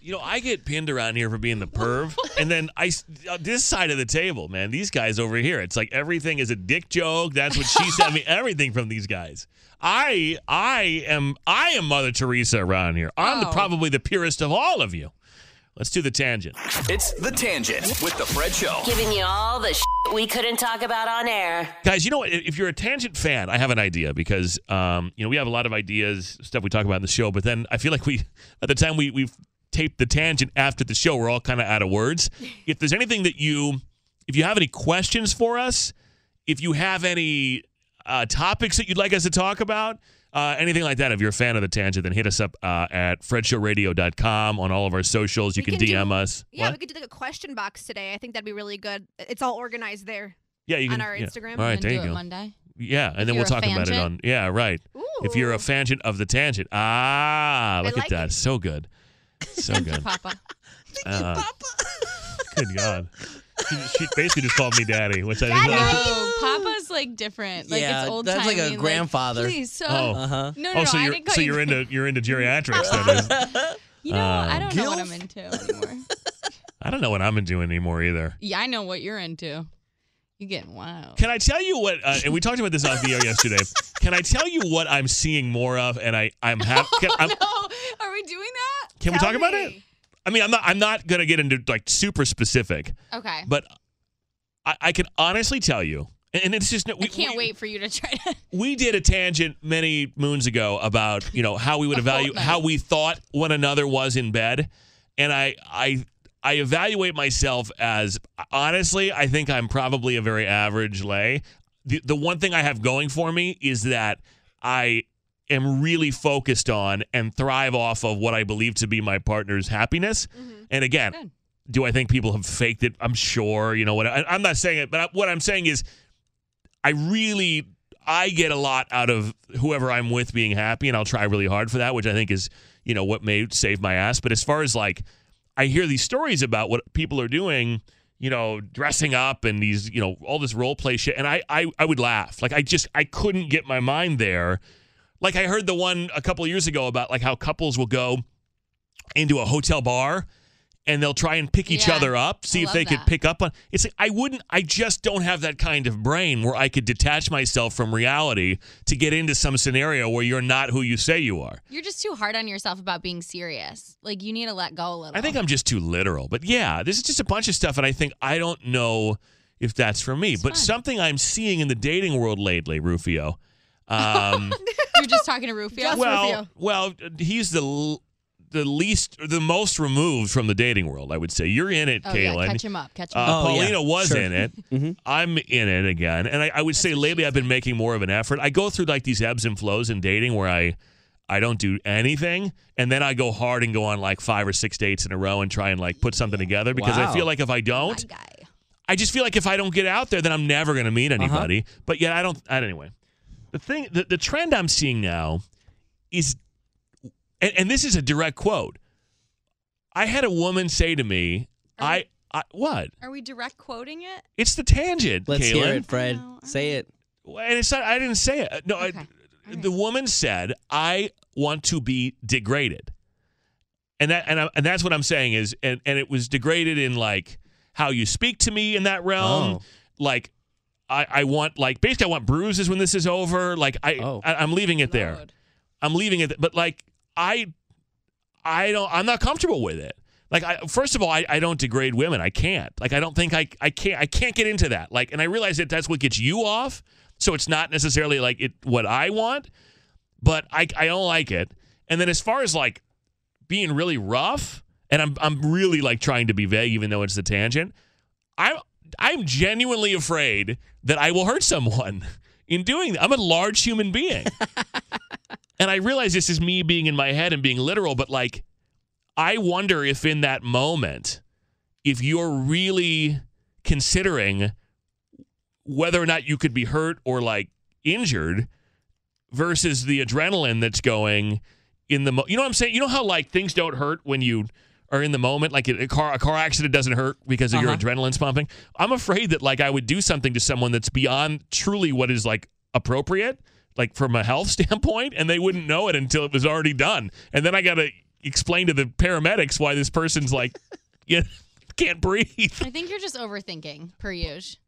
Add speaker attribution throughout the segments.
Speaker 1: You know, I get pinned around here for being the perv, and then I s- uh, this side of the table, man, these guys over here, it's like everything is a dick joke. That's what she said. I mean, everything from these guys. I I am I am Mother Teresa around here. I'm the,
Speaker 2: Oh.
Speaker 1: probably the purest of all of you. Let's do the tangent.
Speaker 3: It's The Tangent with The Fred Show.
Speaker 4: Giving you all the shit we couldn't talk about on air.
Speaker 1: Guys, you know what? If you're a tangent fan, I have an idea because um, you know we have a lot of ideas, stuff we talk about in the show. But then I feel like we, by the time we we've taped the tangent after the show, we're all kind of out of words. If there's anything that you, if you have any questions for us, if you have any uh, topics that you'd like us to talk about, uh, anything like that, if you're a fan of the tangent, then hit us up uh, at fredshowradio.com on all of our socials. You
Speaker 2: We
Speaker 1: can,
Speaker 2: can do-
Speaker 1: DM us.
Speaker 5: Yeah,
Speaker 1: What?
Speaker 5: we could do like a question box today. I think that'd be really good. It's all organized there.
Speaker 1: yeah, you
Speaker 5: on
Speaker 1: can
Speaker 5: our
Speaker 1: yeah.
Speaker 5: Instagram,
Speaker 1: All right,
Speaker 2: And
Speaker 1: there
Speaker 2: do
Speaker 1: you
Speaker 2: it
Speaker 1: go.
Speaker 2: Monday.
Speaker 1: Yeah, and
Speaker 2: If
Speaker 1: then
Speaker 2: you're
Speaker 1: we'll
Speaker 2: a
Speaker 1: talk about it
Speaker 2: fangent.
Speaker 1: on. Yeah, right. If you're a
Speaker 5: Ooh.
Speaker 1: fangent of the tangent, ah, look at
Speaker 5: like
Speaker 1: that, so good, so good.
Speaker 2: Papa.
Speaker 1: Uh, good God, she, she basically just called me daddy, which I think.
Speaker 2: Oh, Papa's like different. Like
Speaker 6: Yeah,
Speaker 2: it's old
Speaker 6: that's like a grandfather.
Speaker 2: please, so
Speaker 1: Oh.
Speaker 6: Uh-huh.
Speaker 2: no, no,
Speaker 1: Oh,
Speaker 2: no,
Speaker 1: so
Speaker 2: I
Speaker 1: you're
Speaker 2: didn't call
Speaker 1: so
Speaker 2: you
Speaker 1: you're
Speaker 2: that.
Speaker 1: into you're into geriatrics. That is.
Speaker 2: You know,
Speaker 1: uh,
Speaker 2: I don't know what
Speaker 6: guilt?
Speaker 2: I'm into anymore.
Speaker 1: I don't know what I'm into anymore either.
Speaker 2: yeah, I know what you're into. You getting wild.
Speaker 1: Can I tell you what? Uh, and we talked about this on the air yesterday. Can I tell you what I'm seeing more of? And I I'm happy. Can, I'm-
Speaker 2: Oh, no, are we doing that?
Speaker 1: can we
Speaker 5: Tell
Speaker 1: talk about
Speaker 5: me.
Speaker 1: it? I mean, I'm not I'm not gonna get into like super specific.
Speaker 2: Okay.
Speaker 1: But I, I can honestly tell you, and and it's just we,
Speaker 2: I can't
Speaker 1: we,
Speaker 2: wait for you to try to.
Speaker 1: We did a tangent many moons ago about you know how we would
Speaker 2: A
Speaker 1: evaluate
Speaker 2: fortnight.
Speaker 1: how we thought one another was in bed, and I I I evaluate myself as honestly I think I'm probably a very average lay. The the one thing I have going for me is that I am really focused on and thrive off of what I believe to be my partner's happiness. And again,
Speaker 2: Mm-hmm. Good.
Speaker 1: do I think people have faked it? I'm sure. You know what? I, I'm not saying it, but I, what I'm saying is, I really I get a lot out of whoever I'm with being happy, and I'll try really hard for that, which I think is you know what may save my ass. But as far as like, I hear these stories about what people are doing. You know, dressing up and these, you know, all this role play shit, and I, I, I would laugh. Like I just, I couldn't get my mind there. Like I heard the one a couple years ago about like how couples will go into a hotel bar and they'll try and pick each
Speaker 2: Yeah.
Speaker 1: other up, see
Speaker 2: I
Speaker 1: if
Speaker 2: love
Speaker 1: they could
Speaker 2: that.
Speaker 1: pick up on. It's like I wouldn't. I just don't have that kind of brain where I could detach myself from reality to get into some scenario where you're not who you say you are.
Speaker 2: You're just too hard on yourself about being serious. Like you need to let go a little.
Speaker 1: I think I'm just too literal. But yeah, this is just a bunch of stuff, and I think I don't know if that's for me. but
Speaker 2: fun.
Speaker 1: something I'm seeing in the dating world lately, Rufio. Um,
Speaker 2: you're just talking to Rufio.
Speaker 5: Just-
Speaker 1: well,
Speaker 5: Rufio.
Speaker 1: well, he's the l- the least, the most removed from the dating world. I would say you're in it,
Speaker 2: oh
Speaker 1: Kaylin.
Speaker 2: yeah, catch him up. Catch him
Speaker 1: Uh,
Speaker 2: up.
Speaker 6: Oh, yeah.
Speaker 1: Paulina was
Speaker 6: Sure.
Speaker 1: in it.
Speaker 6: Mhm.
Speaker 1: I'm in it again, and I, I would say lately I've been making more of an effort. I go through like these ebbs and flows in dating where I, I don't do anything, and then I go hard and go on like five or six dates in a row and try and like put something together because I
Speaker 6: Wow.
Speaker 1: feel like if I don't, I just feel like if I don't get out there, then I'm never going to meet
Speaker 6: Uh-huh.
Speaker 1: anybody. But yet I don't. I, anyway, the thing, the, the trend I'm seeing now is, and, and this is a direct quote. I had a woman say to me,
Speaker 2: Are
Speaker 1: "I, I what."
Speaker 2: Are we direct quoting it?
Speaker 1: It's the tangent,
Speaker 6: Let's
Speaker 1: Kaylin.
Speaker 6: hear it, Fred.
Speaker 2: know, I
Speaker 6: Say it.
Speaker 1: And it's not, I didn't say it. Uh, No, I,
Speaker 2: Okay. All
Speaker 1: the woman said, "I want to be degraded," and that and I, and that's what I'm saying is and and it was degraded in like how you speak to me in that realm,
Speaker 6: Oh.
Speaker 1: like. I, I want like basically I want bruises when this is over. Like I,
Speaker 6: Oh.
Speaker 1: I I'm leaving it there.
Speaker 2: Lord.
Speaker 1: I'm leaving it. But like I, I don't. I'm not comfortable with it. Like I, first of all, I, I don't degrade women. I can't. Like I don't think I I can't I can't get into that. Like and I realize that that's what gets you off. So it's not necessarily like it what I want, but I I don't like it. And then as far as like being really rough, and I'm I'm really like trying to be vague, even though it's the tangent. I'm I'm genuinely afraid that I will hurt someone in doing that. I'm a large human being. and I realize this is me being in my head and being literal, but like I wonder if in that moment, if you're really considering whether or not you could be hurt or like injured versus the adrenaline that's going in the mo- you know what I'm saying? You know how like things don't hurt when you are in the moment, like a a car a car accident doesn't hurt because of your
Speaker 6: Uh-huh.
Speaker 1: adrenaline's pumping. I'm afraid that like I would do something to someone that's beyond truly what is like appropriate, like from a health standpoint, and they wouldn't know it until it was already done. And then I gotta explain to the paramedics why this person's like you can't breathe.
Speaker 2: I think you're just overthinking, per usual.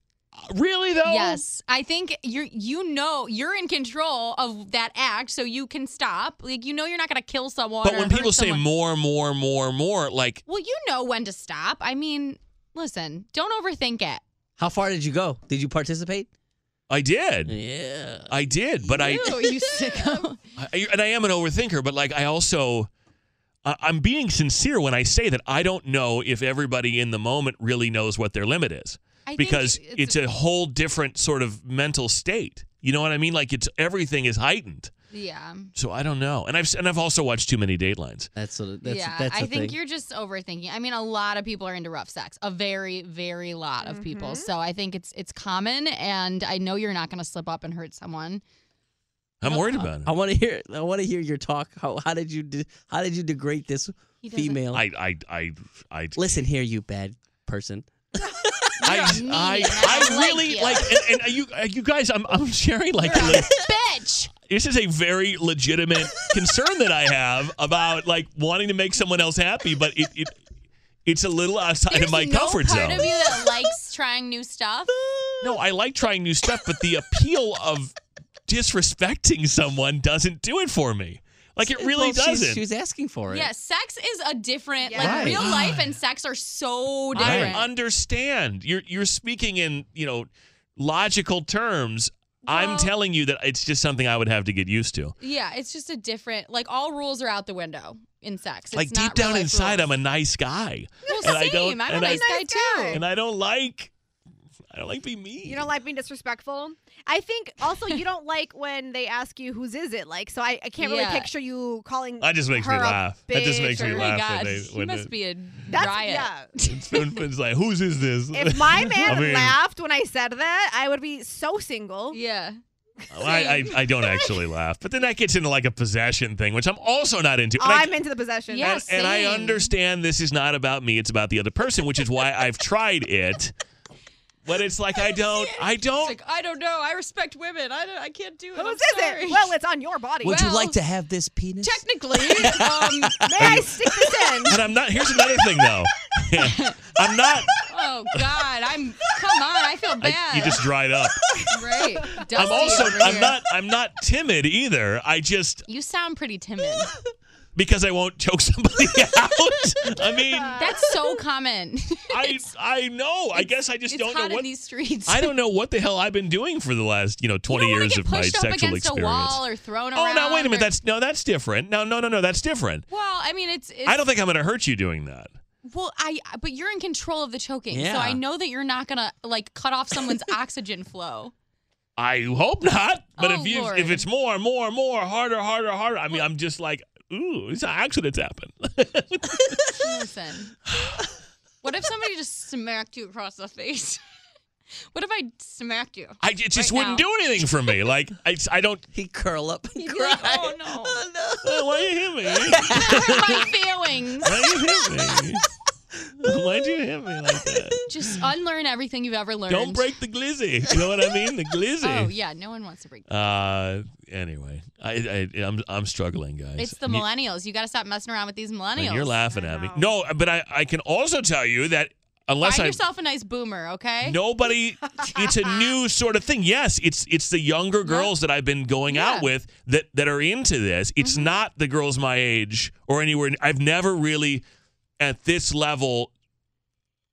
Speaker 1: Really though?
Speaker 2: Yes, I think you're. You know, you're in control of that act, so you can stop. Like you know, you're not gonna kill someone.
Speaker 1: But
Speaker 2: or
Speaker 1: when
Speaker 2: hurt
Speaker 1: people say
Speaker 2: someone.
Speaker 1: more, more, more, more, like
Speaker 2: well, you know when to stop. I mean, listen, don't overthink it.
Speaker 6: How far did you go? Did you participate?
Speaker 1: I did.
Speaker 6: Yeah.
Speaker 1: I did, but I,
Speaker 2: Ew, you sicko.
Speaker 1: I and I am an overthinker, but like I also I- I'm being sincere when I say that I don't know if everybody in the moment really knows what their limit is
Speaker 2: I think
Speaker 1: because
Speaker 2: it's-
Speaker 1: it's, a whole different sort of mental state. You know what I mean? Like it's everything is heightened.
Speaker 2: yeah.
Speaker 1: So I don't know. And I've and I've also watched too many Datelines.
Speaker 6: That's what. That's,
Speaker 2: yeah,
Speaker 6: That's
Speaker 2: I
Speaker 6: a
Speaker 2: think
Speaker 6: thing.
Speaker 2: you're just overthinking. I mean, a lot of people are into rough sex. A very, very lot of people. So I think it's it's common, and I know you're not going to slip up and hurt someone.
Speaker 1: I'm worried about
Speaker 6: I
Speaker 1: it.
Speaker 6: want to hear. I want to hear your talk. How, how did you? De- how did you degrade this
Speaker 2: He doesn't-
Speaker 6: female?
Speaker 1: I I I I
Speaker 6: Oh, Listen here, you bad person.
Speaker 1: I,
Speaker 2: mean,
Speaker 1: I,
Speaker 2: I
Speaker 1: I
Speaker 2: like
Speaker 1: really
Speaker 2: you.
Speaker 1: like, and, and you, uh, you guys, I'm, I'm sharing like
Speaker 2: Bitch.
Speaker 1: this is a very legitimate concern that I have about like wanting to make someone else happy, but it, it it's a little outside
Speaker 2: There's
Speaker 1: of my
Speaker 2: no
Speaker 1: comfort
Speaker 2: part
Speaker 1: zone.
Speaker 2: of you that likes trying new stuff.
Speaker 1: no, I like trying new stuff, but the appeal of disrespecting someone doesn't do it for me. Like it really
Speaker 6: Well, she's-
Speaker 1: doesn't.
Speaker 6: She was asking for it.
Speaker 2: Yeah, sex is a different
Speaker 5: Yeah.
Speaker 2: like
Speaker 6: Right.
Speaker 2: real life and sex are so
Speaker 1: I
Speaker 2: different.
Speaker 1: understand. You're you're speaking in you know logical terms. I'm
Speaker 2: Well-
Speaker 1: telling you that it's just something I would have to get used to.
Speaker 2: yeah, it's just a different like all rules are out the window in sex. It's
Speaker 1: like
Speaker 2: not
Speaker 1: deep down
Speaker 2: real life
Speaker 1: inside,
Speaker 2: rules.
Speaker 1: I'm a nice guy,
Speaker 2: well,
Speaker 1: and
Speaker 2: same.
Speaker 1: I don't-
Speaker 2: I'm a
Speaker 1: and I-
Speaker 2: nice guy too.
Speaker 5: Nice
Speaker 1: and I don't like I don't like being mean.
Speaker 5: You don't like being disrespectful. I think also you don't like when they ask you whose is it like. So I, I can't
Speaker 2: Yeah.
Speaker 5: really picture you calling.
Speaker 1: That just makes me
Speaker 5: her a
Speaker 1: laugh. That just
Speaker 5: bitch
Speaker 1: makes me
Speaker 5: or-
Speaker 2: Oh
Speaker 1: laugh
Speaker 2: my
Speaker 1: when
Speaker 2: god,
Speaker 1: they-
Speaker 2: he
Speaker 1: when
Speaker 2: must
Speaker 1: it-
Speaker 2: be a
Speaker 5: That's
Speaker 2: riot.
Speaker 5: yeah.
Speaker 1: It's, it's like, whose is this?
Speaker 5: If my man
Speaker 1: I mean,
Speaker 5: laughed when I said that, I would be so single.
Speaker 2: Yeah.
Speaker 1: I, I, I don't actually laugh, but then that gets into like a possession thing, which I'm also not into. And I-
Speaker 5: I'm into the possession.
Speaker 2: Yeah.
Speaker 1: and, and I
Speaker 2: same.
Speaker 1: understand this is not about me; it's about the other person, which is why I've tried it. But it's like I don't, I
Speaker 2: It's
Speaker 1: don't.
Speaker 2: like I don't know. I respect women. I don't, I can't do it. I'm
Speaker 5: Whose is
Speaker 2: sorry.
Speaker 5: it? Well, it's on your body.
Speaker 6: Would you
Speaker 2: Well-
Speaker 6: like to have this penis?
Speaker 2: technically, um,
Speaker 5: May I stick this in?
Speaker 1: And I'm not. Here's another thing, though. I'm not.
Speaker 2: oh god, I'm come on, I feel
Speaker 1: I,
Speaker 2: bad.
Speaker 1: you just dried up.
Speaker 2: right.
Speaker 1: I'm
Speaker 2: Dusty
Speaker 1: also.
Speaker 2: over
Speaker 1: I'm
Speaker 2: here.
Speaker 1: not. I'm not timid either. I just
Speaker 2: You sound pretty timid.
Speaker 1: because I won't choke somebody out. I mean,
Speaker 2: That's so common.
Speaker 1: I I know. I guess I just
Speaker 2: it's
Speaker 1: don't
Speaker 2: hot
Speaker 1: know what
Speaker 2: in these streets.
Speaker 1: I don't know what the hell I've been doing for the last you know
Speaker 2: You
Speaker 1: 20
Speaker 2: don't wanna
Speaker 1: years
Speaker 2: get
Speaker 1: of my
Speaker 2: pushed up
Speaker 1: sexual
Speaker 2: against
Speaker 1: experience.
Speaker 2: a wall or thrown
Speaker 1: oh
Speaker 2: around.
Speaker 1: no, wait a minute.
Speaker 2: or-
Speaker 1: That's no, that's different. No, no, no, no, that's different.
Speaker 2: well. I mean, it's, it's
Speaker 1: I don't think I'm going to hurt you doing that.
Speaker 2: Well, I but you're in control of the choking,
Speaker 6: Yeah.
Speaker 2: so I know that you're not gonna like cut off someone's oxygen flow.
Speaker 1: I hope not. But
Speaker 2: Oh,
Speaker 1: if you
Speaker 2: Lord.
Speaker 1: if it's more, more, more, harder, harder, harder. I mean, I'm just like, ooh, these accidents happen.
Speaker 2: Listen, what if somebody just smacked you across the face? What if I smacked you?
Speaker 1: I it just
Speaker 2: Right
Speaker 1: wouldn't
Speaker 2: now.
Speaker 1: do anything for me. Like I, I don't.
Speaker 6: He curl up and
Speaker 2: You'd be
Speaker 6: cry.
Speaker 2: like, oh no,
Speaker 1: "Oh, why you hit me?
Speaker 2: hurt my feelings.
Speaker 1: Why you hit me? Why'd you hit me like that?
Speaker 2: Just Just unlearn everything you've ever learned.
Speaker 1: Don't break the glizzy. You know what I mean? The glizzy.
Speaker 2: Oh yeah, no one wants to break.
Speaker 1: Uh, anyway, I, I I'm I'm struggling, guys.
Speaker 2: It's the
Speaker 1: And you-
Speaker 2: millennials. You got to stop messing around with these millennials.
Speaker 1: And you're laughing at me. No, but I I can also tell you that unless
Speaker 2: Find
Speaker 1: I
Speaker 2: yourself a nice boomer, okay?
Speaker 1: Nobody. It's a new sort of thing. Yes, it's it's the younger girls that I've been going out with that that are into this. It's
Speaker 2: Mm-hmm.
Speaker 1: not the girls my age or anywhere. I've never really at this level.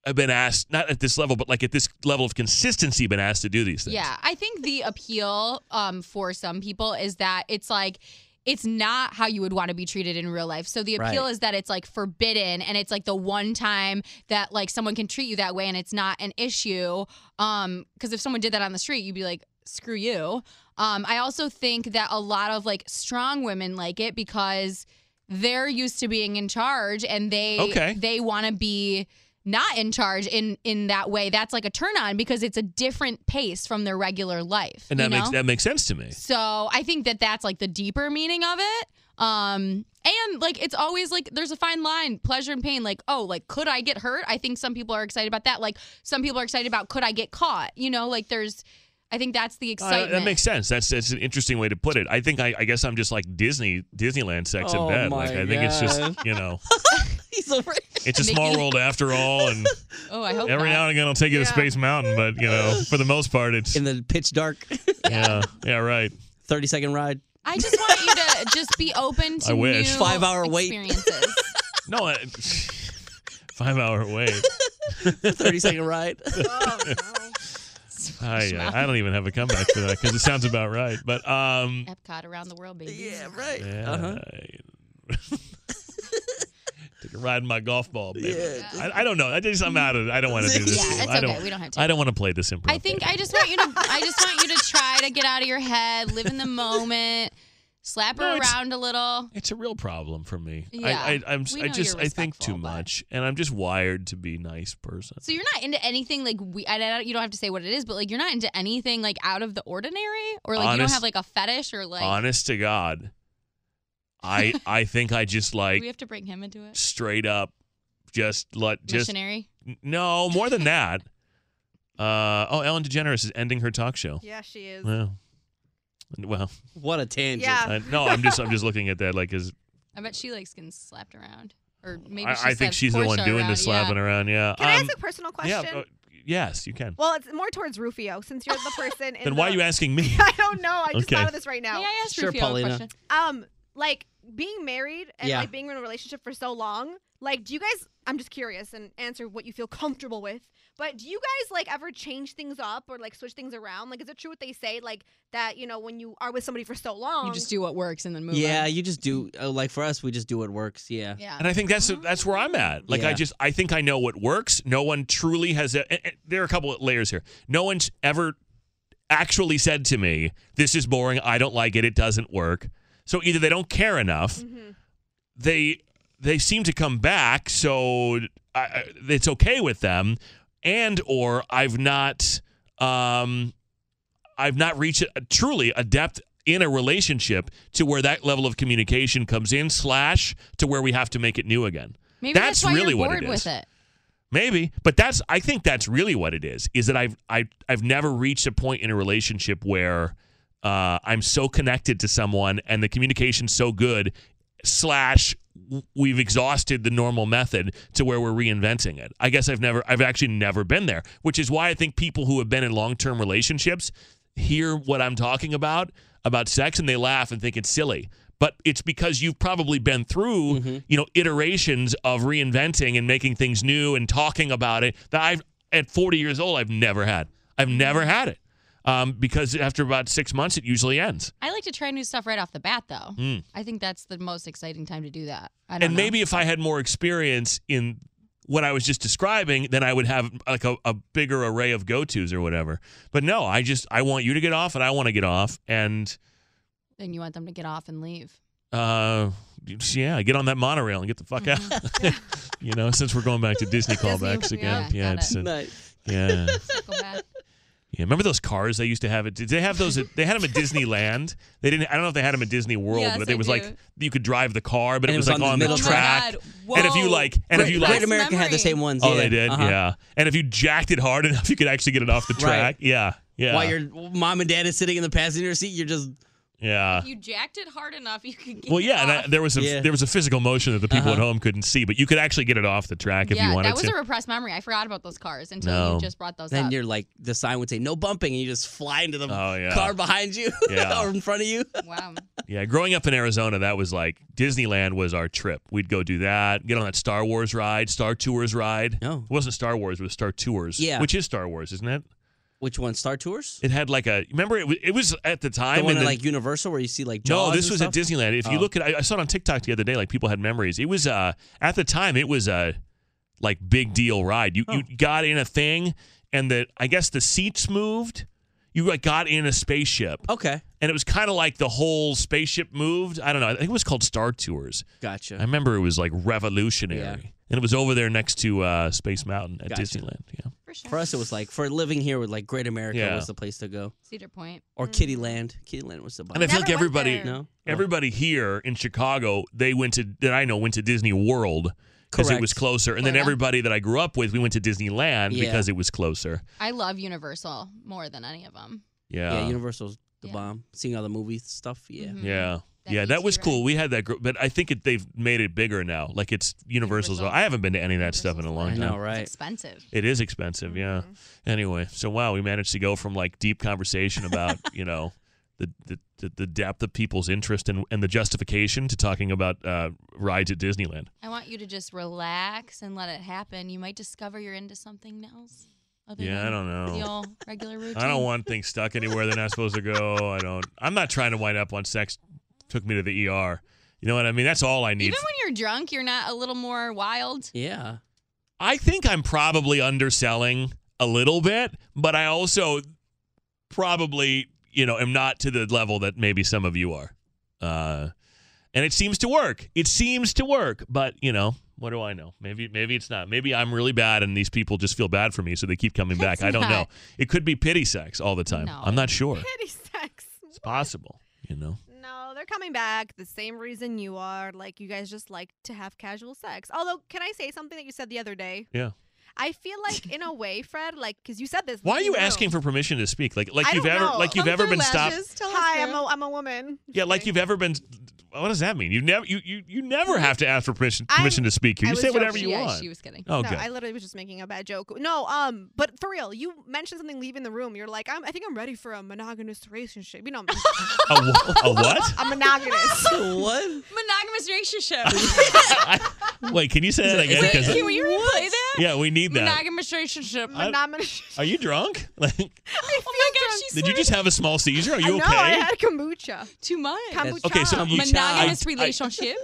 Speaker 1: I've been asked not at this level, but like at this level of consistency, been asked to do these things.
Speaker 2: Yeah, I think the appeal um, for some people is that it's like it's not how you would want to be treated in real life. So the appeal
Speaker 7: Right.
Speaker 2: is that it's like forbidden and it's like the one time that like someone can treat you that way and it's not an issue. Um cuz if someone did that on the street, you'd be like screw you. Um I also think that a lot of like strong women like it because they're used to being in charge and they
Speaker 1: Okay.
Speaker 2: they want to be not in charge in in that way that's like a turn on because it's a different pace from their regular life
Speaker 1: and that
Speaker 2: you
Speaker 1: makes
Speaker 2: know?
Speaker 1: that makes sense to me.
Speaker 2: so i think that that's like the deeper meaning of it um and like it's always like there's a fine line pleasure and pain like oh like could i get hurt i think some people are excited about that like some people are excited about could i get caught you know like there's i think that's the
Speaker 1: Uh,
Speaker 2: excitement
Speaker 1: that makes sense. That's that's an interesting way to put it. I think I, I guess I'm just like Disney Disneyland sex
Speaker 6: Oh
Speaker 1: in bed.
Speaker 6: my
Speaker 1: Like I think it's
Speaker 6: God.
Speaker 1: just you know
Speaker 6: He's over it.
Speaker 1: it's a small
Speaker 2: Mickey.
Speaker 1: world after all, and
Speaker 2: oh i hope
Speaker 1: every
Speaker 2: not.
Speaker 1: now and again I'll take you to Space Mountain, but you know for the most part it's
Speaker 6: in the pitch dark.
Speaker 1: yeah yeah right.
Speaker 6: Thirty second ride.
Speaker 2: i just want you to just be open to
Speaker 1: I wish.
Speaker 2: new
Speaker 6: Five hour wait.
Speaker 2: experiences.
Speaker 1: No, I, five hour wait.
Speaker 6: Thirty second ride.
Speaker 1: I, I don't even have a comeback for that because it sounds about right. But um
Speaker 2: epcot around the world baby yeah
Speaker 6: right
Speaker 1: yeah,
Speaker 6: Uh-huh.
Speaker 1: I- Take a ride in my golf ball, baby.
Speaker 6: Yeah, just-
Speaker 1: I, I don't know. I just I'm out of. it. I don't want to do this.
Speaker 2: Yeah,
Speaker 1: game.
Speaker 2: it's
Speaker 1: I don't,
Speaker 2: okay. We don't have to.
Speaker 1: I don't want to play this improv.
Speaker 2: I think I just want you to I just want you to try to get out of your head, live in the moment, slap her
Speaker 1: No, it's-
Speaker 2: around a little.
Speaker 1: It's a real problem for me.
Speaker 2: Yeah.
Speaker 1: I, I, I'm,
Speaker 2: We
Speaker 1: I
Speaker 2: know
Speaker 1: just
Speaker 2: you're
Speaker 1: I think too much, and I'm just wired to be nice person.
Speaker 2: So you're not into anything like we I don't, you don't have to say what it is, but like you're not into anything like out of the ordinary or like you don't
Speaker 1: Honest-
Speaker 2: have like a fetish or like
Speaker 1: Honest to God, I I think I just
Speaker 2: do
Speaker 1: like
Speaker 2: we have to bring him into it?
Speaker 1: straight up, just let just
Speaker 2: Missionary?
Speaker 1: no more than that. Uh, oh, Ellen DeGeneres is ending her talk show.
Speaker 5: Yeah, she is.
Speaker 1: Well, well,
Speaker 6: What a tangent.
Speaker 5: Yeah.
Speaker 1: I, no, I'm just I'm just looking at that like as
Speaker 2: I bet she likes getting slapped around. Or maybe
Speaker 1: I,
Speaker 2: she
Speaker 1: I think
Speaker 2: slaps
Speaker 1: she's the one
Speaker 2: Portia
Speaker 1: doing the
Speaker 2: around,
Speaker 1: slapping
Speaker 2: yeah.
Speaker 1: around. Yeah.
Speaker 5: Can I
Speaker 1: Um,
Speaker 5: ask a personal
Speaker 1: yeah,
Speaker 5: question?
Speaker 1: uh, yes, you can.
Speaker 5: well, it's more towards Rufio since you're the person. in
Speaker 1: then why are
Speaker 5: the-
Speaker 1: you asking me?
Speaker 5: I don't know. I just
Speaker 1: Okay.
Speaker 5: thought of this right now.
Speaker 2: May I ask
Speaker 6: Sure,
Speaker 2: Rufio a
Speaker 6: Paulina.
Speaker 2: question?
Speaker 5: Um, like being married and
Speaker 6: Yeah.
Speaker 5: like being in a relationship for so long. Like, do you guys? I'm just curious and answer what you feel comfortable with. But do you guys like ever change things up or like switch things around? Like, is it true what they say? Like that you know when you are with somebody for so long,
Speaker 2: You just do what works and then move
Speaker 6: Yeah,
Speaker 2: on.
Speaker 6: you just do uh, like for us, we just do what works. Yeah.
Speaker 2: Yeah.
Speaker 1: And I think that's that's where I'm at. Like I
Speaker 6: Yeah.
Speaker 1: just I think I know what works. No one truly has. A, a- a- there are a couple of layers here. No one's ever actually said to me, "This is boring. I don't like it. It doesn't work." So either they don't care enough, they they seem to come back, so I- I, it's okay with them, and or I've not um I've not reached a, truly a depth in a relationship to where that level of communication comes in slash to where we have to make it new again.
Speaker 2: Maybe
Speaker 1: that's,
Speaker 2: that's, why
Speaker 1: really
Speaker 2: you're
Speaker 1: what
Speaker 2: bored
Speaker 1: it is.
Speaker 2: with it.
Speaker 1: Maybe, but that's I think that's really what it is. Is that I've I, I've never reached a point in a relationship where uh, I'm so connected to someone and the communication's so good slash w- we've exhausted the normal method to where we're reinventing it. I guess I've never I've actually never been there, which is why I think people who have been in long-term relationships hear what I'm talking about about sex and they laugh and think it's silly. But it's because you've probably been through,
Speaker 2: Mm-hmm.
Speaker 1: you know, iterations of reinventing and making things new and talking about it that I've at 40 years old I've never had. I've
Speaker 2: Mm-hmm.
Speaker 1: never had it. Um, because after about six months, it usually ends.
Speaker 2: I like to try new stuff right off the bat though.
Speaker 1: Mm.
Speaker 2: I think that's the most exciting time to do that. I don't
Speaker 1: and
Speaker 2: know.
Speaker 1: maybe if I had more experience in what I was just describing, then I would have like a, a bigger array of go tos or whatever. But no, I just I want you to get off, and I want to get off, and
Speaker 2: then you want them to get off and leave.
Speaker 1: uh, yeah, get on that monorail and get the fuck out.
Speaker 2: Mm-hmm.
Speaker 1: you know, since we're going back to Disney callbacks
Speaker 2: Disney,
Speaker 1: again, uh,
Speaker 2: yeah,
Speaker 1: yeah,
Speaker 2: got
Speaker 1: it's
Speaker 2: it.
Speaker 1: a-
Speaker 6: Nice.
Speaker 1: yeah,
Speaker 2: Go back.
Speaker 1: Yeah, remember those cars they used to have? At, did they have those? At, they had them at Disneyland. They didn't. I don't know if they had them at Disney World,
Speaker 7: Yes,
Speaker 1: but they
Speaker 7: I
Speaker 1: was
Speaker 7: do.
Speaker 1: like you could drive the car, but
Speaker 6: And
Speaker 1: it was, like
Speaker 6: the
Speaker 1: on the,
Speaker 2: Oh
Speaker 6: middle
Speaker 1: track.
Speaker 6: track.
Speaker 1: And if you like, and if
Speaker 6: Great-
Speaker 1: you like,
Speaker 6: Great America had the same ones.
Speaker 1: Oh,
Speaker 6: yeah.
Speaker 1: they did.
Speaker 6: Uh-huh.
Speaker 1: Yeah. And if you jacked it hard enough, you could actually get it off the
Speaker 6: Right.
Speaker 1: track. Yeah. Yeah.
Speaker 6: While your mom and dad is sitting in the passenger seat, you're just
Speaker 1: yeah.
Speaker 2: you jacked it hard enough, you could get
Speaker 1: Well, yeah, and I, there was a
Speaker 6: Yeah.
Speaker 1: there was a physical motion that the people at
Speaker 6: Uh-huh.
Speaker 1: home couldn't see, but you could actually get it off the track if
Speaker 2: yeah,
Speaker 1: you wanted
Speaker 2: that was
Speaker 1: to.
Speaker 2: a repressed memory. I forgot about those cars until
Speaker 1: No.
Speaker 2: you just brought those
Speaker 6: then
Speaker 2: up.
Speaker 6: you're like the sign would say no bumping, and you just fly into the
Speaker 1: Oh, yeah.
Speaker 6: car behind you
Speaker 1: Yeah.
Speaker 6: or in front of you.
Speaker 2: Wow.
Speaker 1: yeah, growing up in Arizona, that was like Disneyland was our trip. We'd go do that, get on that Star Wars ride, Star Tours ride. No, it wasn't Star Wars, it was Star Tours.
Speaker 6: Oh. Yeah.
Speaker 1: which is Star Wars, isn't it?
Speaker 6: Which one? Star Tours?
Speaker 1: It had like a remember it was, it was at the time
Speaker 6: the one
Speaker 1: in
Speaker 6: at,
Speaker 1: the-
Speaker 6: like Universal where you see like Jaws
Speaker 1: No, this
Speaker 6: and
Speaker 1: was at
Speaker 6: stuff?
Speaker 1: Disneyland. If you
Speaker 6: Oh.
Speaker 1: look at, I, I saw it on TikTok the other day. Like people had memories. It was uh at the time it was a like big deal ride. You
Speaker 6: Oh.
Speaker 1: you got in a thing, and the I guess the seats moved. You like got in a spaceship.
Speaker 6: Okay.
Speaker 1: And it was kind of like the whole spaceship moved. I don't know. I think it was called Star Tours.
Speaker 6: Gotcha.
Speaker 1: I remember it was like revolutionary.
Speaker 6: Yeah.
Speaker 1: And it was over there next to uh, Space Mountain at
Speaker 6: Gotcha.
Speaker 1: Disneyland. Yeah.
Speaker 6: For us, it was like for living here with like Great America
Speaker 1: Yeah. Mm.
Speaker 6: was the place to go,
Speaker 2: Cedar Point.
Speaker 6: or Kittyland. Kittyland was the.
Speaker 1: And I feel like everybody,
Speaker 6: No.
Speaker 1: everybody here in Chicago, they went to that I know went to Disney World because it was
Speaker 6: Correct.
Speaker 1: closer, and then everybody that I grew up with, we went to Disneyland
Speaker 6: Yeah.
Speaker 1: because it was closer.
Speaker 2: I love Universal more than any of them.
Speaker 1: Yeah, yeah, Mm-hmm.
Speaker 6: Universal's the bomb. Seeing all the movie stuff. Yeah.
Speaker 1: yeah. That, was cool. We had that, group, but I think it, they've made it bigger now. Like it's Universal's. I haven't been to any of that stuff in a long
Speaker 6: I
Speaker 1: time.
Speaker 6: know, right?
Speaker 2: Expensive.
Speaker 1: It is expensive, yeah.
Speaker 2: Mm-hmm.
Speaker 1: Anyway, so wow, we managed to go from like deep conversation about you know the the, the, the depth of people's interest and, and the justification to talking about uh, rides at Disneyland.
Speaker 2: I want you to just relax and let it happen. You might discover you're into something else. other
Speaker 1: Yeah, I
Speaker 2: than
Speaker 1: don't know.
Speaker 2: The old regular routine.
Speaker 1: I don't want things stuck anywhere they're not supposed to go. I don't. I'm not trying to wind up on sex. Took me to the ER. You know what I mean? That's all I need.
Speaker 2: Even when you're drunk, you're not a little more wild.
Speaker 6: Yeah.
Speaker 1: I think I'm probably underselling a little bit, but I also probably, you know, am not to the level that maybe some of you are. Uh, and it seems to work. It seems to work, but you know, what do I know? Maybe, maybe it's not. Maybe I'm really bad, and these people just feel bad for me, so they keep coming back. I don't
Speaker 2: not.
Speaker 1: know. It could be pity sex all the time.
Speaker 2: No.
Speaker 1: I'm not sure.
Speaker 5: Pity sex.
Speaker 1: It's possible, you know.
Speaker 5: No, they're coming back the same reason you are. Like you guys just like to have casual sex. Although, can I say something that you said the other day?
Speaker 1: Yeah.
Speaker 5: I feel like, in a way, Fred, like, because you said this.
Speaker 1: Why are you
Speaker 5: know.
Speaker 1: asking for permission to speak? Like,
Speaker 5: I
Speaker 1: like you've
Speaker 5: don't
Speaker 1: ever,
Speaker 5: know.
Speaker 1: like you've ever been stopped.
Speaker 5: Hi, I'm a, I'm a woman.
Speaker 1: Yeah, like you've ever been. What does that mean? You never, you, you, you never have to ask for permission permission to speak here.
Speaker 5: I
Speaker 1: You
Speaker 5: was
Speaker 1: say whatever
Speaker 5: joking.
Speaker 1: you want.
Speaker 5: No,
Speaker 1: Oh, good.
Speaker 5: I literally was just making a bad joke. No, um, but for real, you mentioned something leaving the room. You're like, I'm, I think I'm ready for a monogamous relationship. You know,
Speaker 1: a, wha- a what?
Speaker 5: a monogamous.
Speaker 6: what?
Speaker 2: Monogamous relationship.
Speaker 1: Wait, can you say that again?
Speaker 2: Wait,
Speaker 1: 'Cause-
Speaker 2: can we replay that?
Speaker 1: yeah, we need that.
Speaker 2: Monogamous relationship.
Speaker 1: I- Are you drunk? Like,
Speaker 5: oh my
Speaker 2: gosh, she's
Speaker 1: did you just have a small seizure? Are
Speaker 5: I
Speaker 1: you
Speaker 5: know, I
Speaker 1: okay?
Speaker 5: had kombucha.
Speaker 2: Too much.
Speaker 1: That's- okay, so you-
Speaker 2: monogamous
Speaker 1: I- I-
Speaker 2: relationship.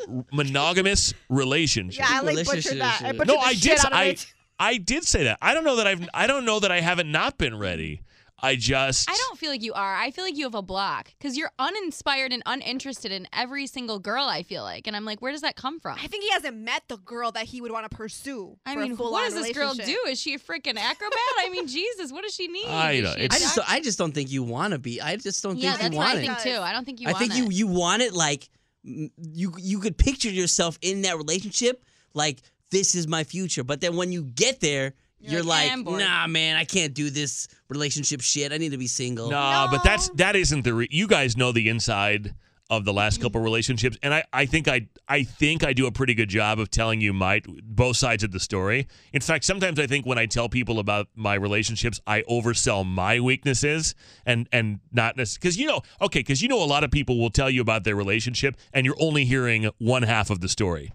Speaker 1: Monogamous relationship.
Speaker 5: Yeah, I like butchered that. I
Speaker 6: Relationship.
Speaker 5: butchered
Speaker 1: no,
Speaker 5: the
Speaker 1: I
Speaker 5: shit
Speaker 1: did.
Speaker 5: out of
Speaker 1: I
Speaker 5: it.
Speaker 1: I did say that. I don't know that I've. I don't know that I haven't not been ready. I just.
Speaker 2: I don't feel like you are. I feel like you have a block because you're uninspired and uninterested in every single girl. I feel like, and I'm like, where does that come from?
Speaker 5: I think he hasn't met the girl that he would want to pursue.
Speaker 2: I
Speaker 5: for a
Speaker 2: mean, what
Speaker 5: full-on
Speaker 2: does this girl do?
Speaker 5: relationship.
Speaker 2: Is she a freaking acrobat? I mean, Jesus, what does she need?
Speaker 6: I
Speaker 2: Is
Speaker 6: don't.
Speaker 2: she a
Speaker 6: I just,
Speaker 2: doc-
Speaker 6: I just don't think you want to be. I just don't
Speaker 2: yeah,
Speaker 6: think
Speaker 2: that's
Speaker 6: you
Speaker 2: what
Speaker 6: want
Speaker 2: I
Speaker 6: it.
Speaker 2: think too. I don't think you.
Speaker 6: I
Speaker 2: want
Speaker 6: think
Speaker 2: it.
Speaker 6: you you want it like m- you you could picture yourself in that relationship like this is my future, but then when you get there, you're,
Speaker 1: like,
Speaker 6: like,
Speaker 1: "I'm bored."
Speaker 6: nah, man, I can't do this relationship shit. I need to be single.
Speaker 1: Nah, but that's that isn't the. Re- you guys know the inside of the last couple relationships, and I, I think I I think I do a pretty good job of telling you my both sides of the story. In fact, sometimes I think when I tell people about my relationships, I oversell my weaknesses and and not because you know okay because you know a lot of people will tell you about their relationship, and you're only hearing one half of the story.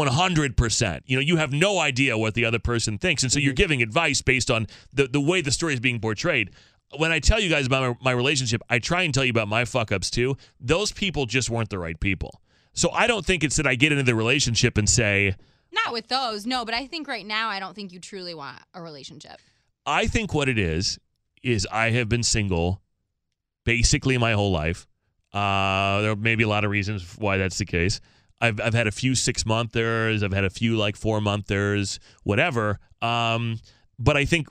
Speaker 1: 100%. You know, you have no idea what the other person thinks. And so you're giving advice based on the, the way the story is being portrayed. When I tell you guys about my, my relationship, I try and tell you about my fuck ups too. Those people just weren't the right people. So I don't think it's that I get into the relationship and say,
Speaker 2: Not with those, no. But I think right now, I don't think you truly want a relationship.
Speaker 1: I think what it is is I have been single basically my whole life. Uh, there may be a lot of reasons why that's the case. I've I've had a few six monthers. I've had a few like four monthers, whatever. Um, but I think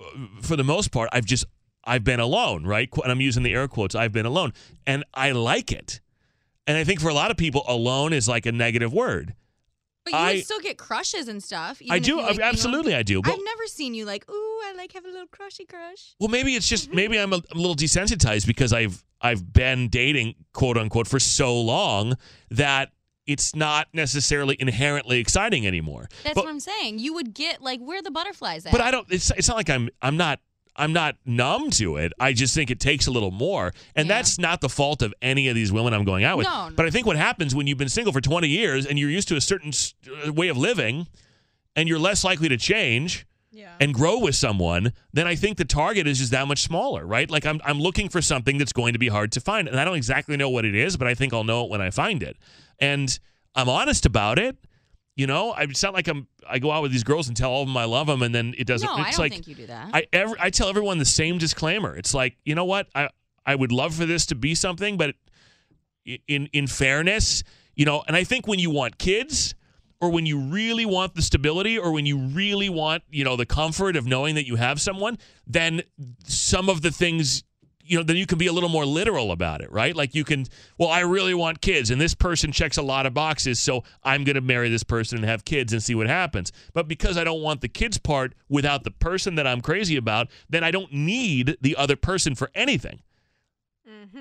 Speaker 1: uh, for the most part, I've just I've been alone, right? Qu- And I'm using the air quotes. I've been alone, and I like it. And I think for a lot of people, alone is like a negative word.
Speaker 2: But you
Speaker 1: I-
Speaker 2: would still get crushes and stuff. even
Speaker 1: I
Speaker 2: if
Speaker 1: do
Speaker 2: you, like,
Speaker 1: ab-
Speaker 2: being alone.
Speaker 1: absolutely, I do. But
Speaker 2: I've never seen you like, ooh, I like have a little crushy crush.
Speaker 1: well, maybe it's just maybe I'm a, a little desensitized because I've I've been dating quote unquote for so long that it's not necessarily inherently exciting anymore.
Speaker 2: That's
Speaker 1: But-
Speaker 2: what I'm saying. You would get like where the butterflies at.
Speaker 1: But I don't. It's it's not like I'm I'm not I'm not numb to it. I just think it takes a little more, and that's not the fault of any of these women I'm going out with.
Speaker 2: No, no.
Speaker 1: But I think what happens when you've been single for 20 years and you're used to a certain s- uh, way of living, and you're less likely to change. And grow with someone, then I think the target is just that much smaller, right? Like I'm, I'm looking for something that's going to be hard to find, and I don't exactly know what it is, but I think I'll know it when I find it. And I'm honest about it, you know. I, it's not like I'm, I go out with these girls and tell all of them I love them, and then it doesn't.
Speaker 2: No, I
Speaker 1: it's
Speaker 2: don't
Speaker 1: like
Speaker 2: think you do that.
Speaker 1: I every, I tell everyone the same disclaimer. It's like you know what I I would love for this to be something, but i- in in fairness, you know, and I think when you want kids. Or when you really want the stability, or when you really want, you know, the comfort of knowing that you have someone, then some of the things, you know, then you can be a little more literal about it, right? Like you can, well, I really want kids, and this person checks a lot of boxes, so I'm going to marry this person and have kids and see what happens. But because I don't want the kids part without the person that I'm crazy about, then I don't need the other person for anything.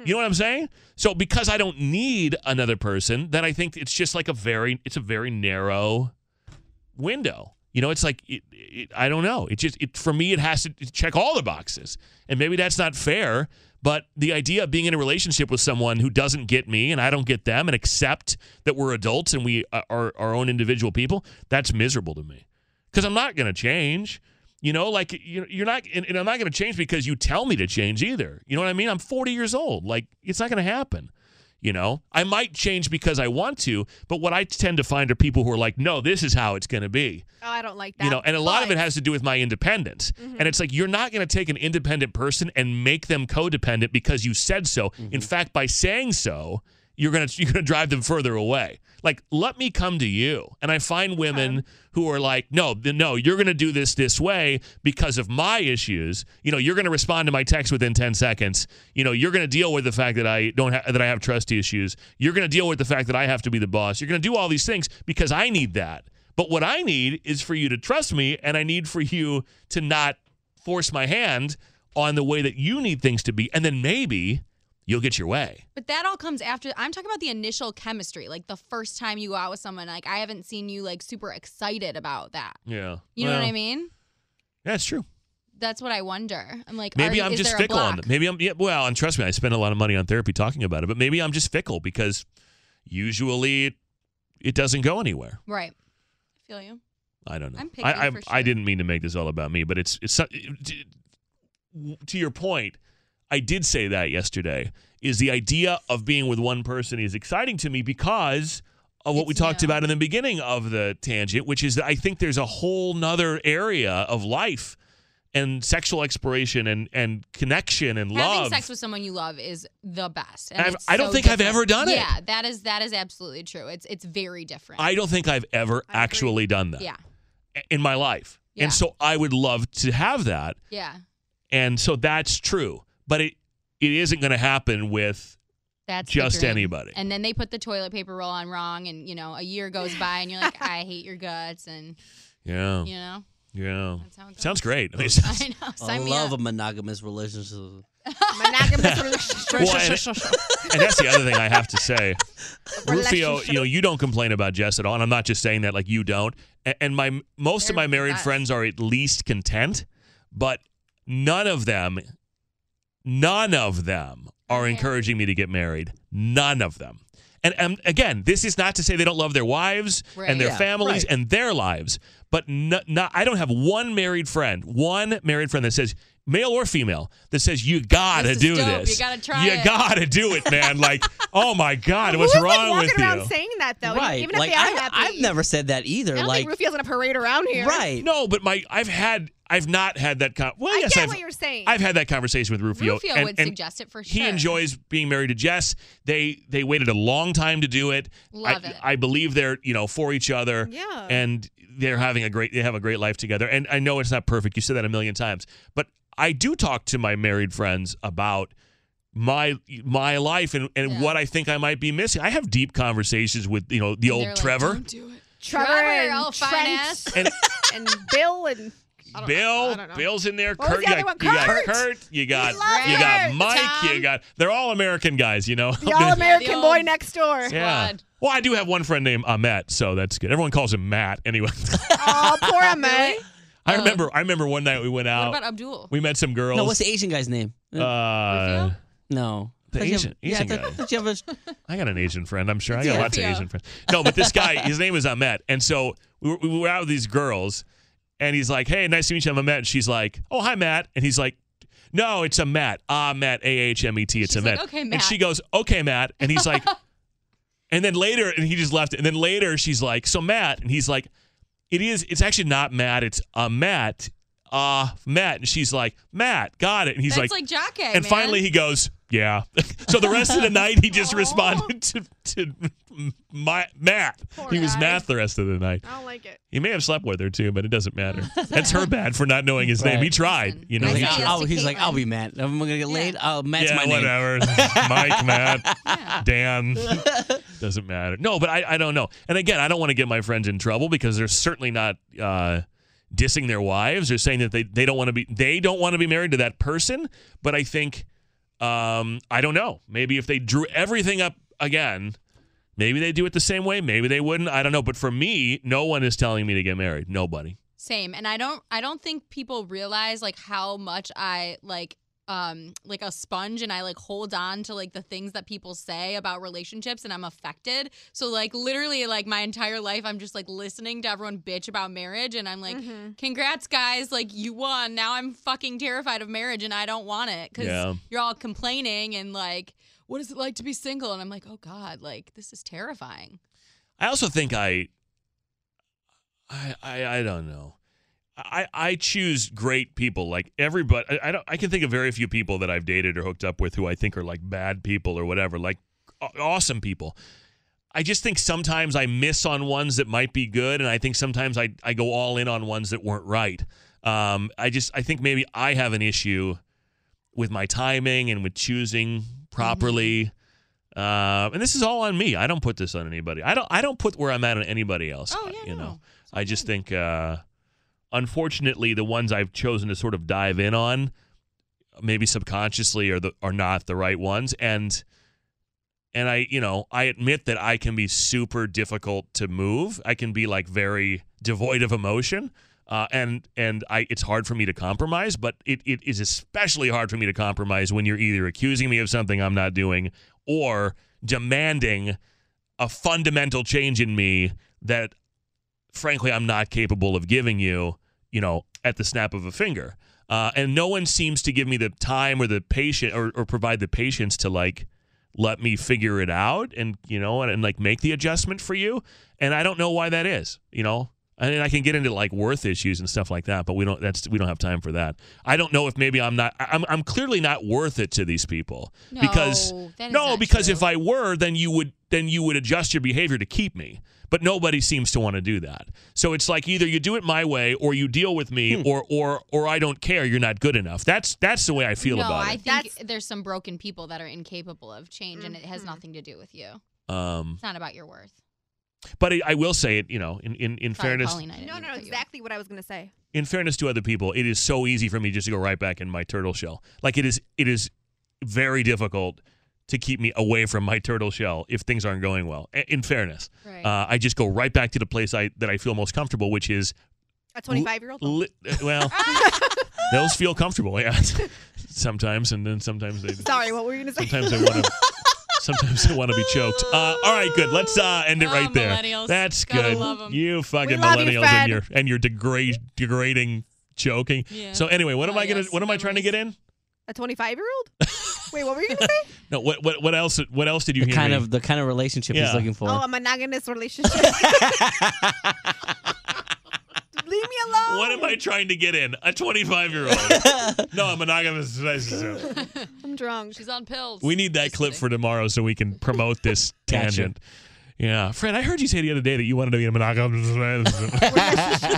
Speaker 1: You know what I'm saying? So because I don't need another person, then I think it's just like a very it's a very narrow window. You know, it's like it, it, I don't know. It just it for me it has to check all the boxes. And maybe that's not fair, but the idea of being in a relationship with someone who doesn't get me and I don't get them and accept that we're adults and we are our own individual people, that's miserable to me. Cuz I'm not going to change. You know, like you- you're not, and and I'm not going to change because you tell me to change either. You know what I mean? I'm 40 years old. Like, it's not going to happen. You know, I might change because I want to, but what I tend to find are people who are like, no, this is how it's going to be.
Speaker 5: Oh, I don't like that.
Speaker 1: You know, and a lot of
Speaker 5: but- Mm-hmm.
Speaker 1: it has to do with my independence. And it's like, you're not going to take an independent person and make them codependent because you said so. In fact, by saying so, you're going to you're going to drive them further away. Like, let me come to you. And I find women who are like, "No, th- no, you're going to do this this way because of my issues. You know, you're going to respond to my text within 10 seconds. You know, you're going to deal with the fact that I don't ha- that I have trust issues. You're going to deal with the fact that I have to be the boss. You're going to do all these things because I need that. But what I need is for you to trust me and I need for you to not force my hand on the way that you need things to be and then maybe you'll get your way."
Speaker 2: But that all comes after. I'm talking about the initial chemistry, like the first time you go out with someone. Like I haven't seen you like super excited about that.
Speaker 1: Yeah.
Speaker 2: You know what I
Speaker 1: Well,
Speaker 2: mean?
Speaker 1: That's true.
Speaker 2: That's what I wonder. I'm like,
Speaker 1: Maybe
Speaker 2: are-
Speaker 1: I'm
Speaker 2: is
Speaker 1: just
Speaker 2: there a
Speaker 1: fickle on
Speaker 2: block?
Speaker 1: it. Maybe I'm yeah, well, and trust me, I spend a lot of money on therapy talking about it, but maybe I'm just fickle because usually it, it doesn't go anywhere.
Speaker 2: Right. I feel you.
Speaker 1: I don't know.
Speaker 2: I'm picky
Speaker 1: I I,
Speaker 2: for
Speaker 1: I
Speaker 2: sure.
Speaker 1: didn't mean to make this all about me, but it's it's so- to- to your point. I did say that yesterday. Is the idea of being with one person is exciting to me because of what we talked about in the beginning of the tangent, which is that I think there's a whole nother area of life and sexual exploration and and connection and
Speaker 2: Having
Speaker 1: love.
Speaker 2: sex with someone you love is the best. and
Speaker 1: I've-
Speaker 2: it's
Speaker 1: I don't
Speaker 2: so
Speaker 1: think I've
Speaker 2: different.
Speaker 1: ever done it.
Speaker 2: Yeah, that is that is absolutely true. It's it's very different.
Speaker 1: I don't think I've ever actually done that
Speaker 2: Yeah.
Speaker 1: in my life.
Speaker 2: Yeah.
Speaker 1: And so I would love to have that.
Speaker 2: Yeah.
Speaker 1: And so that's true. But it it isn't going to happen with
Speaker 2: That's the
Speaker 1: just
Speaker 2: dream.
Speaker 1: anybody.
Speaker 2: And then they put the toilet paper roll on wrong, and you know, a year goes by, and you're like, I hate your guts, and
Speaker 1: Yeah.
Speaker 2: you know,
Speaker 1: Yeah.
Speaker 2: that's how it goes.
Speaker 1: Sounds great. I mean, it sounds-
Speaker 2: I know.
Speaker 6: I
Speaker 2: Sign me
Speaker 6: love
Speaker 2: up.
Speaker 6: a monogamous relationship.
Speaker 5: Monogamous
Speaker 1: Well, and-
Speaker 5: relationship.
Speaker 1: and that's the other thing I have to say. Rufio, you know, you don't complain about Jess at all. And I'm not just saying that like you don't. A- And my most of my married friends are at least content, but none of them, none of them are encouraging me to get married. None of them. And, and again, this is not to say they don't love their wives
Speaker 2: Right.
Speaker 1: and their
Speaker 6: Yeah,
Speaker 1: families
Speaker 6: right.
Speaker 1: and their lives, but no, not, I don't have one married friend, one married friend that says, male or female, that says you gotta
Speaker 2: This is
Speaker 1: do
Speaker 2: dope. You
Speaker 1: this.
Speaker 2: gotta try
Speaker 1: You
Speaker 2: it."
Speaker 1: gotta do it, man. Like, oh my God, what's
Speaker 5: Who's,
Speaker 1: wrong
Speaker 5: like,
Speaker 1: with
Speaker 5: walking
Speaker 1: you?
Speaker 5: around saying that though?
Speaker 6: right.
Speaker 5: Even if
Speaker 6: like
Speaker 5: they are
Speaker 6: I,
Speaker 5: happy.
Speaker 6: I've never said that either.
Speaker 5: I don't
Speaker 6: like
Speaker 5: think Rufio's gonna parade around here.
Speaker 6: right.
Speaker 1: No, but my I've had I've not had that. Con- well,
Speaker 5: I
Speaker 1: yes,
Speaker 5: get
Speaker 1: I've,
Speaker 5: what you're saying.
Speaker 1: I've had that conversation with Rufio.
Speaker 2: Rufio
Speaker 1: and-
Speaker 2: would
Speaker 1: and
Speaker 2: suggest it for
Speaker 1: He
Speaker 2: sure.
Speaker 1: enjoys being married to Jess. They they waited a long time to do it.
Speaker 2: Love
Speaker 1: I,
Speaker 2: it.
Speaker 1: I believe they're you know for each other.
Speaker 5: Yeah.
Speaker 1: And they're having a great they have a great life together. And I know it's not perfect. You said that a million times, but I do talk to my married friends about my my life and, and what I think I might be missing. I have deep conversations with you know the old
Speaker 2: They're like,
Speaker 1: Trevor.
Speaker 2: "Don't do it."
Speaker 5: Trevor,
Speaker 2: Trevor, I'll
Speaker 5: and
Speaker 2: fine
Speaker 5: Trent
Speaker 2: ass.
Speaker 1: And-
Speaker 5: and, Bill and I don't know.
Speaker 1: Bill,
Speaker 5: I don't know.
Speaker 1: Bill's in there.
Speaker 5: What was
Speaker 1: Kurt,
Speaker 5: the
Speaker 1: you,
Speaker 5: other
Speaker 1: got,
Speaker 5: one?
Speaker 1: you got
Speaker 5: Kurt!
Speaker 1: Kurt, you got
Speaker 5: love
Speaker 1: you got
Speaker 5: Kurt!
Speaker 1: Mike, you
Speaker 2: Tom.
Speaker 1: got. They're all American guys, you know.
Speaker 5: the all
Speaker 2: The
Speaker 5: American
Speaker 2: old-
Speaker 5: boy next door.
Speaker 1: yeah.
Speaker 2: squad.
Speaker 1: Well, I do have one friend named Ahmet, so that's good. Everyone calls him Matt anyway.
Speaker 5: Oh, poor Ahmed.
Speaker 1: I remember. I remember one night we went
Speaker 2: What
Speaker 1: out.
Speaker 2: about Abdul?
Speaker 1: we met some girls.
Speaker 6: Uh, No, what's the Asian guy's name?
Speaker 1: uh,
Speaker 6: no.
Speaker 1: The
Speaker 6: Thought you have-
Speaker 1: Asian-
Speaker 6: yeah, I
Speaker 1: Asian
Speaker 6: thought-
Speaker 1: guy.
Speaker 6: thought you have a-
Speaker 1: I got an Asian friend. I'm sure I got
Speaker 2: Yeah.
Speaker 1: lots of
Speaker 2: Yeah.
Speaker 1: Asian friends. No, but this guy, his name is Ahmet, and so we were, we were out with these girls, and he's like, "Hey, nice to meet you, I'm Ahmet." And she's like, "Oh, hi, Matt," and he's like. No, it's a Matt. Ah, Matt. A H M E T. It's
Speaker 2: She's
Speaker 1: a Matt.
Speaker 2: like, "Okay,
Speaker 1: And
Speaker 2: Matt."
Speaker 1: she goes, "Okay, Matt." And he's like, and then later, and he just left. it. And then later, she's like, "So Matt," and he's like, "It is. It's actually not Matt. It's a Matt. Uh, Matt." And she's like, "Matt, got it." And he's
Speaker 2: That's like,
Speaker 1: like,
Speaker 2: Jockey.
Speaker 1: and finally he goes, "Yeah." so the rest of the night he just responded to to my Matt.
Speaker 5: Poor
Speaker 1: he was
Speaker 5: guy.
Speaker 1: Matt the rest of the night.
Speaker 5: I don't like it.
Speaker 1: He may have slept with her too, but it doesn't matter. That's her bad for not knowing his name.
Speaker 6: Right.
Speaker 1: He tried, you know. he
Speaker 2: I
Speaker 6: He's
Speaker 2: say
Speaker 6: like,
Speaker 1: tried.
Speaker 2: yes
Speaker 6: I'll,
Speaker 2: to
Speaker 6: he's like, I'll
Speaker 2: Caitlyn.
Speaker 6: be Matt. I'm gonna get laid. I'll match
Speaker 1: yeah,
Speaker 6: my name.
Speaker 1: whatever. Mike, Matt, Dan, doesn't matter. No, but I, I don't know. And again, I don't want to get my friends in trouble because they're certainly not uh, dissing their wives or saying that they, they don't want to be they don't want to be married to that person. But I think um, I don't know. Maybe if they drew everything up again, maybe they do it the same way. Maybe they wouldn't. I don't know. But for me, no one is telling me to get married. Nobody.
Speaker 2: Same. And I don't I don't think people realize like how much I like um like a sponge and I like hold on to like the things that people say about relationships and I'm affected. So like literally like my entire life I'm just like listening to everyone bitch about marriage and I'm like congrats guys like you won. Now I'm fucking terrified of marriage and I don't want it cuz
Speaker 1: Yeah.
Speaker 2: you're all complaining and like what is it like to be single and I'm like oh god like this is terrifying.
Speaker 1: I also think I, I, I, I don't know. I, I choose great people. Like everybody, I, I don't. I can think of very few people that I've dated or hooked up with who I think are like bad people or whatever. Like aw- awesome people. I just think sometimes I miss on ones that might be good, and I think sometimes I, I go all in on ones that weren't right. Um, I just I think maybe I have an issue with my timing and with choosing properly. Uh, and this is all on me. I don't put this on anybody. I don't. I don't put where I'm at on anybody else.
Speaker 2: Oh,
Speaker 1: uh,
Speaker 2: yeah,
Speaker 1: you
Speaker 2: no.
Speaker 1: know. I just think, uh, unfortunately, the ones I've chosen to sort of dive in on, maybe subconsciously, are the are not the right ones. And and I, you know, I admit that I can be super difficult to move. I can be like very devoid of emotion. Uh, and and I, it's hard for me to compromise, but it, it is especially hard for me to compromise when you're either accusing me of something I'm not doing or demanding a fundamental change in me that frankly I'm not capable of giving you, you know, at the snap of a finger. Uh, and no one seems to give me the time or the patience or, or provide the patience to like let me figure it out and you know and, and like make the adjustment for you. And I don't know why that is, you know. I mean, I can get into like worth issues and stuff like that, but we don't. That's we don't have time for that. I don't know if maybe I'm not. I- I'm I'm clearly not worth it to these people because
Speaker 2: No, that is
Speaker 1: no,
Speaker 2: not
Speaker 1: because
Speaker 2: true.
Speaker 1: if I were, then you would then you would adjust your behavior to keep me. But nobody seems to want to do that. So it's like either you do it my way, or you deal with me, or or or I don't care. You're not good enough. That's that's the way I feel
Speaker 2: no,
Speaker 1: about
Speaker 2: I
Speaker 1: it.
Speaker 2: think there's some broken people that are incapable of change, and it has
Speaker 5: Mm-hmm.
Speaker 2: nothing to do with you.
Speaker 1: Um,
Speaker 2: It's not about your worth.
Speaker 1: but I, I will say it. You know, in in, in
Speaker 2: Sorry,
Speaker 1: fairness,
Speaker 2: Pauline, I didn't
Speaker 5: No,
Speaker 2: mean
Speaker 5: no,
Speaker 2: to
Speaker 5: no,
Speaker 2: cut you.
Speaker 5: exactly what I was gonna say.
Speaker 1: in fairness to other people, it is so easy for me just to go right back in my turtle shell. Like it is it is very difficult to keep me away from my turtle shell if things aren't going well. I- In fairness,
Speaker 2: Right.
Speaker 1: uh, I just go right back to the place I that I feel most comfortable, which is
Speaker 5: A 25 year old.
Speaker 1: Li- uh, well, those feel comfortable, yeah. sometimes, and then sometimes they.
Speaker 5: Sorry, what were you gonna say?
Speaker 1: Sometimes they want to. Sometimes they want to be choked. Uh, all right, good. Let's uh, end it
Speaker 2: Oh,
Speaker 1: right there.
Speaker 2: millennials.
Speaker 1: That's
Speaker 2: Gotta
Speaker 1: good.
Speaker 2: love 'em.
Speaker 1: You fucking
Speaker 5: We love you,
Speaker 1: millennials and
Speaker 5: Fred.
Speaker 1: your and your degrade, degrading choking.
Speaker 2: Yeah.
Speaker 1: So anyway, what am
Speaker 2: Oh,
Speaker 1: I gonna?
Speaker 2: yes,
Speaker 1: what am I trying to
Speaker 2: memories.
Speaker 1: get in?
Speaker 5: A 25 year old? Wait, what were you gonna say?
Speaker 1: No. What what what else? What else did you
Speaker 6: The
Speaker 1: hear?
Speaker 6: kind
Speaker 1: me?
Speaker 6: of the kind of relationship
Speaker 1: Yeah.
Speaker 6: he's looking for.
Speaker 5: Oh, a monogamous relationship. Leave Leave me alone.
Speaker 1: What am I trying to get in? A 25 year old. no, a monogamous relationship.
Speaker 5: I'm drunk. She's on pills.
Speaker 1: We need that clip for tomorrow so we can promote this
Speaker 6: Gotcha.
Speaker 1: tangent. Yeah, Fred, I heard you say the other day that you wanted to be in a monogamous relationship.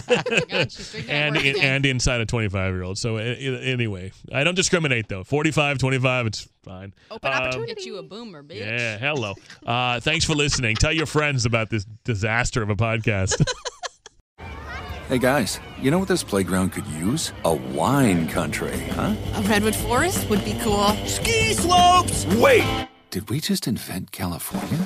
Speaker 2: "Oh
Speaker 1: and, in, and inside a 25 year old. So, a- a- anyway, I don't discriminate though. 45, 25, it's fine.
Speaker 2: Open
Speaker 1: Uh,
Speaker 2: opportunity. Get you a boomer, bitch.
Speaker 1: Yeah, hello. Uh, thanks for listening. Tell your friends about this disaster of a podcast.
Speaker 8: Hey guys, you know what this playground could use? A wine country, huh?
Speaker 7: A redwood forest would be cool.
Speaker 3: Ski slopes. Wait.
Speaker 8: Did we just invent California?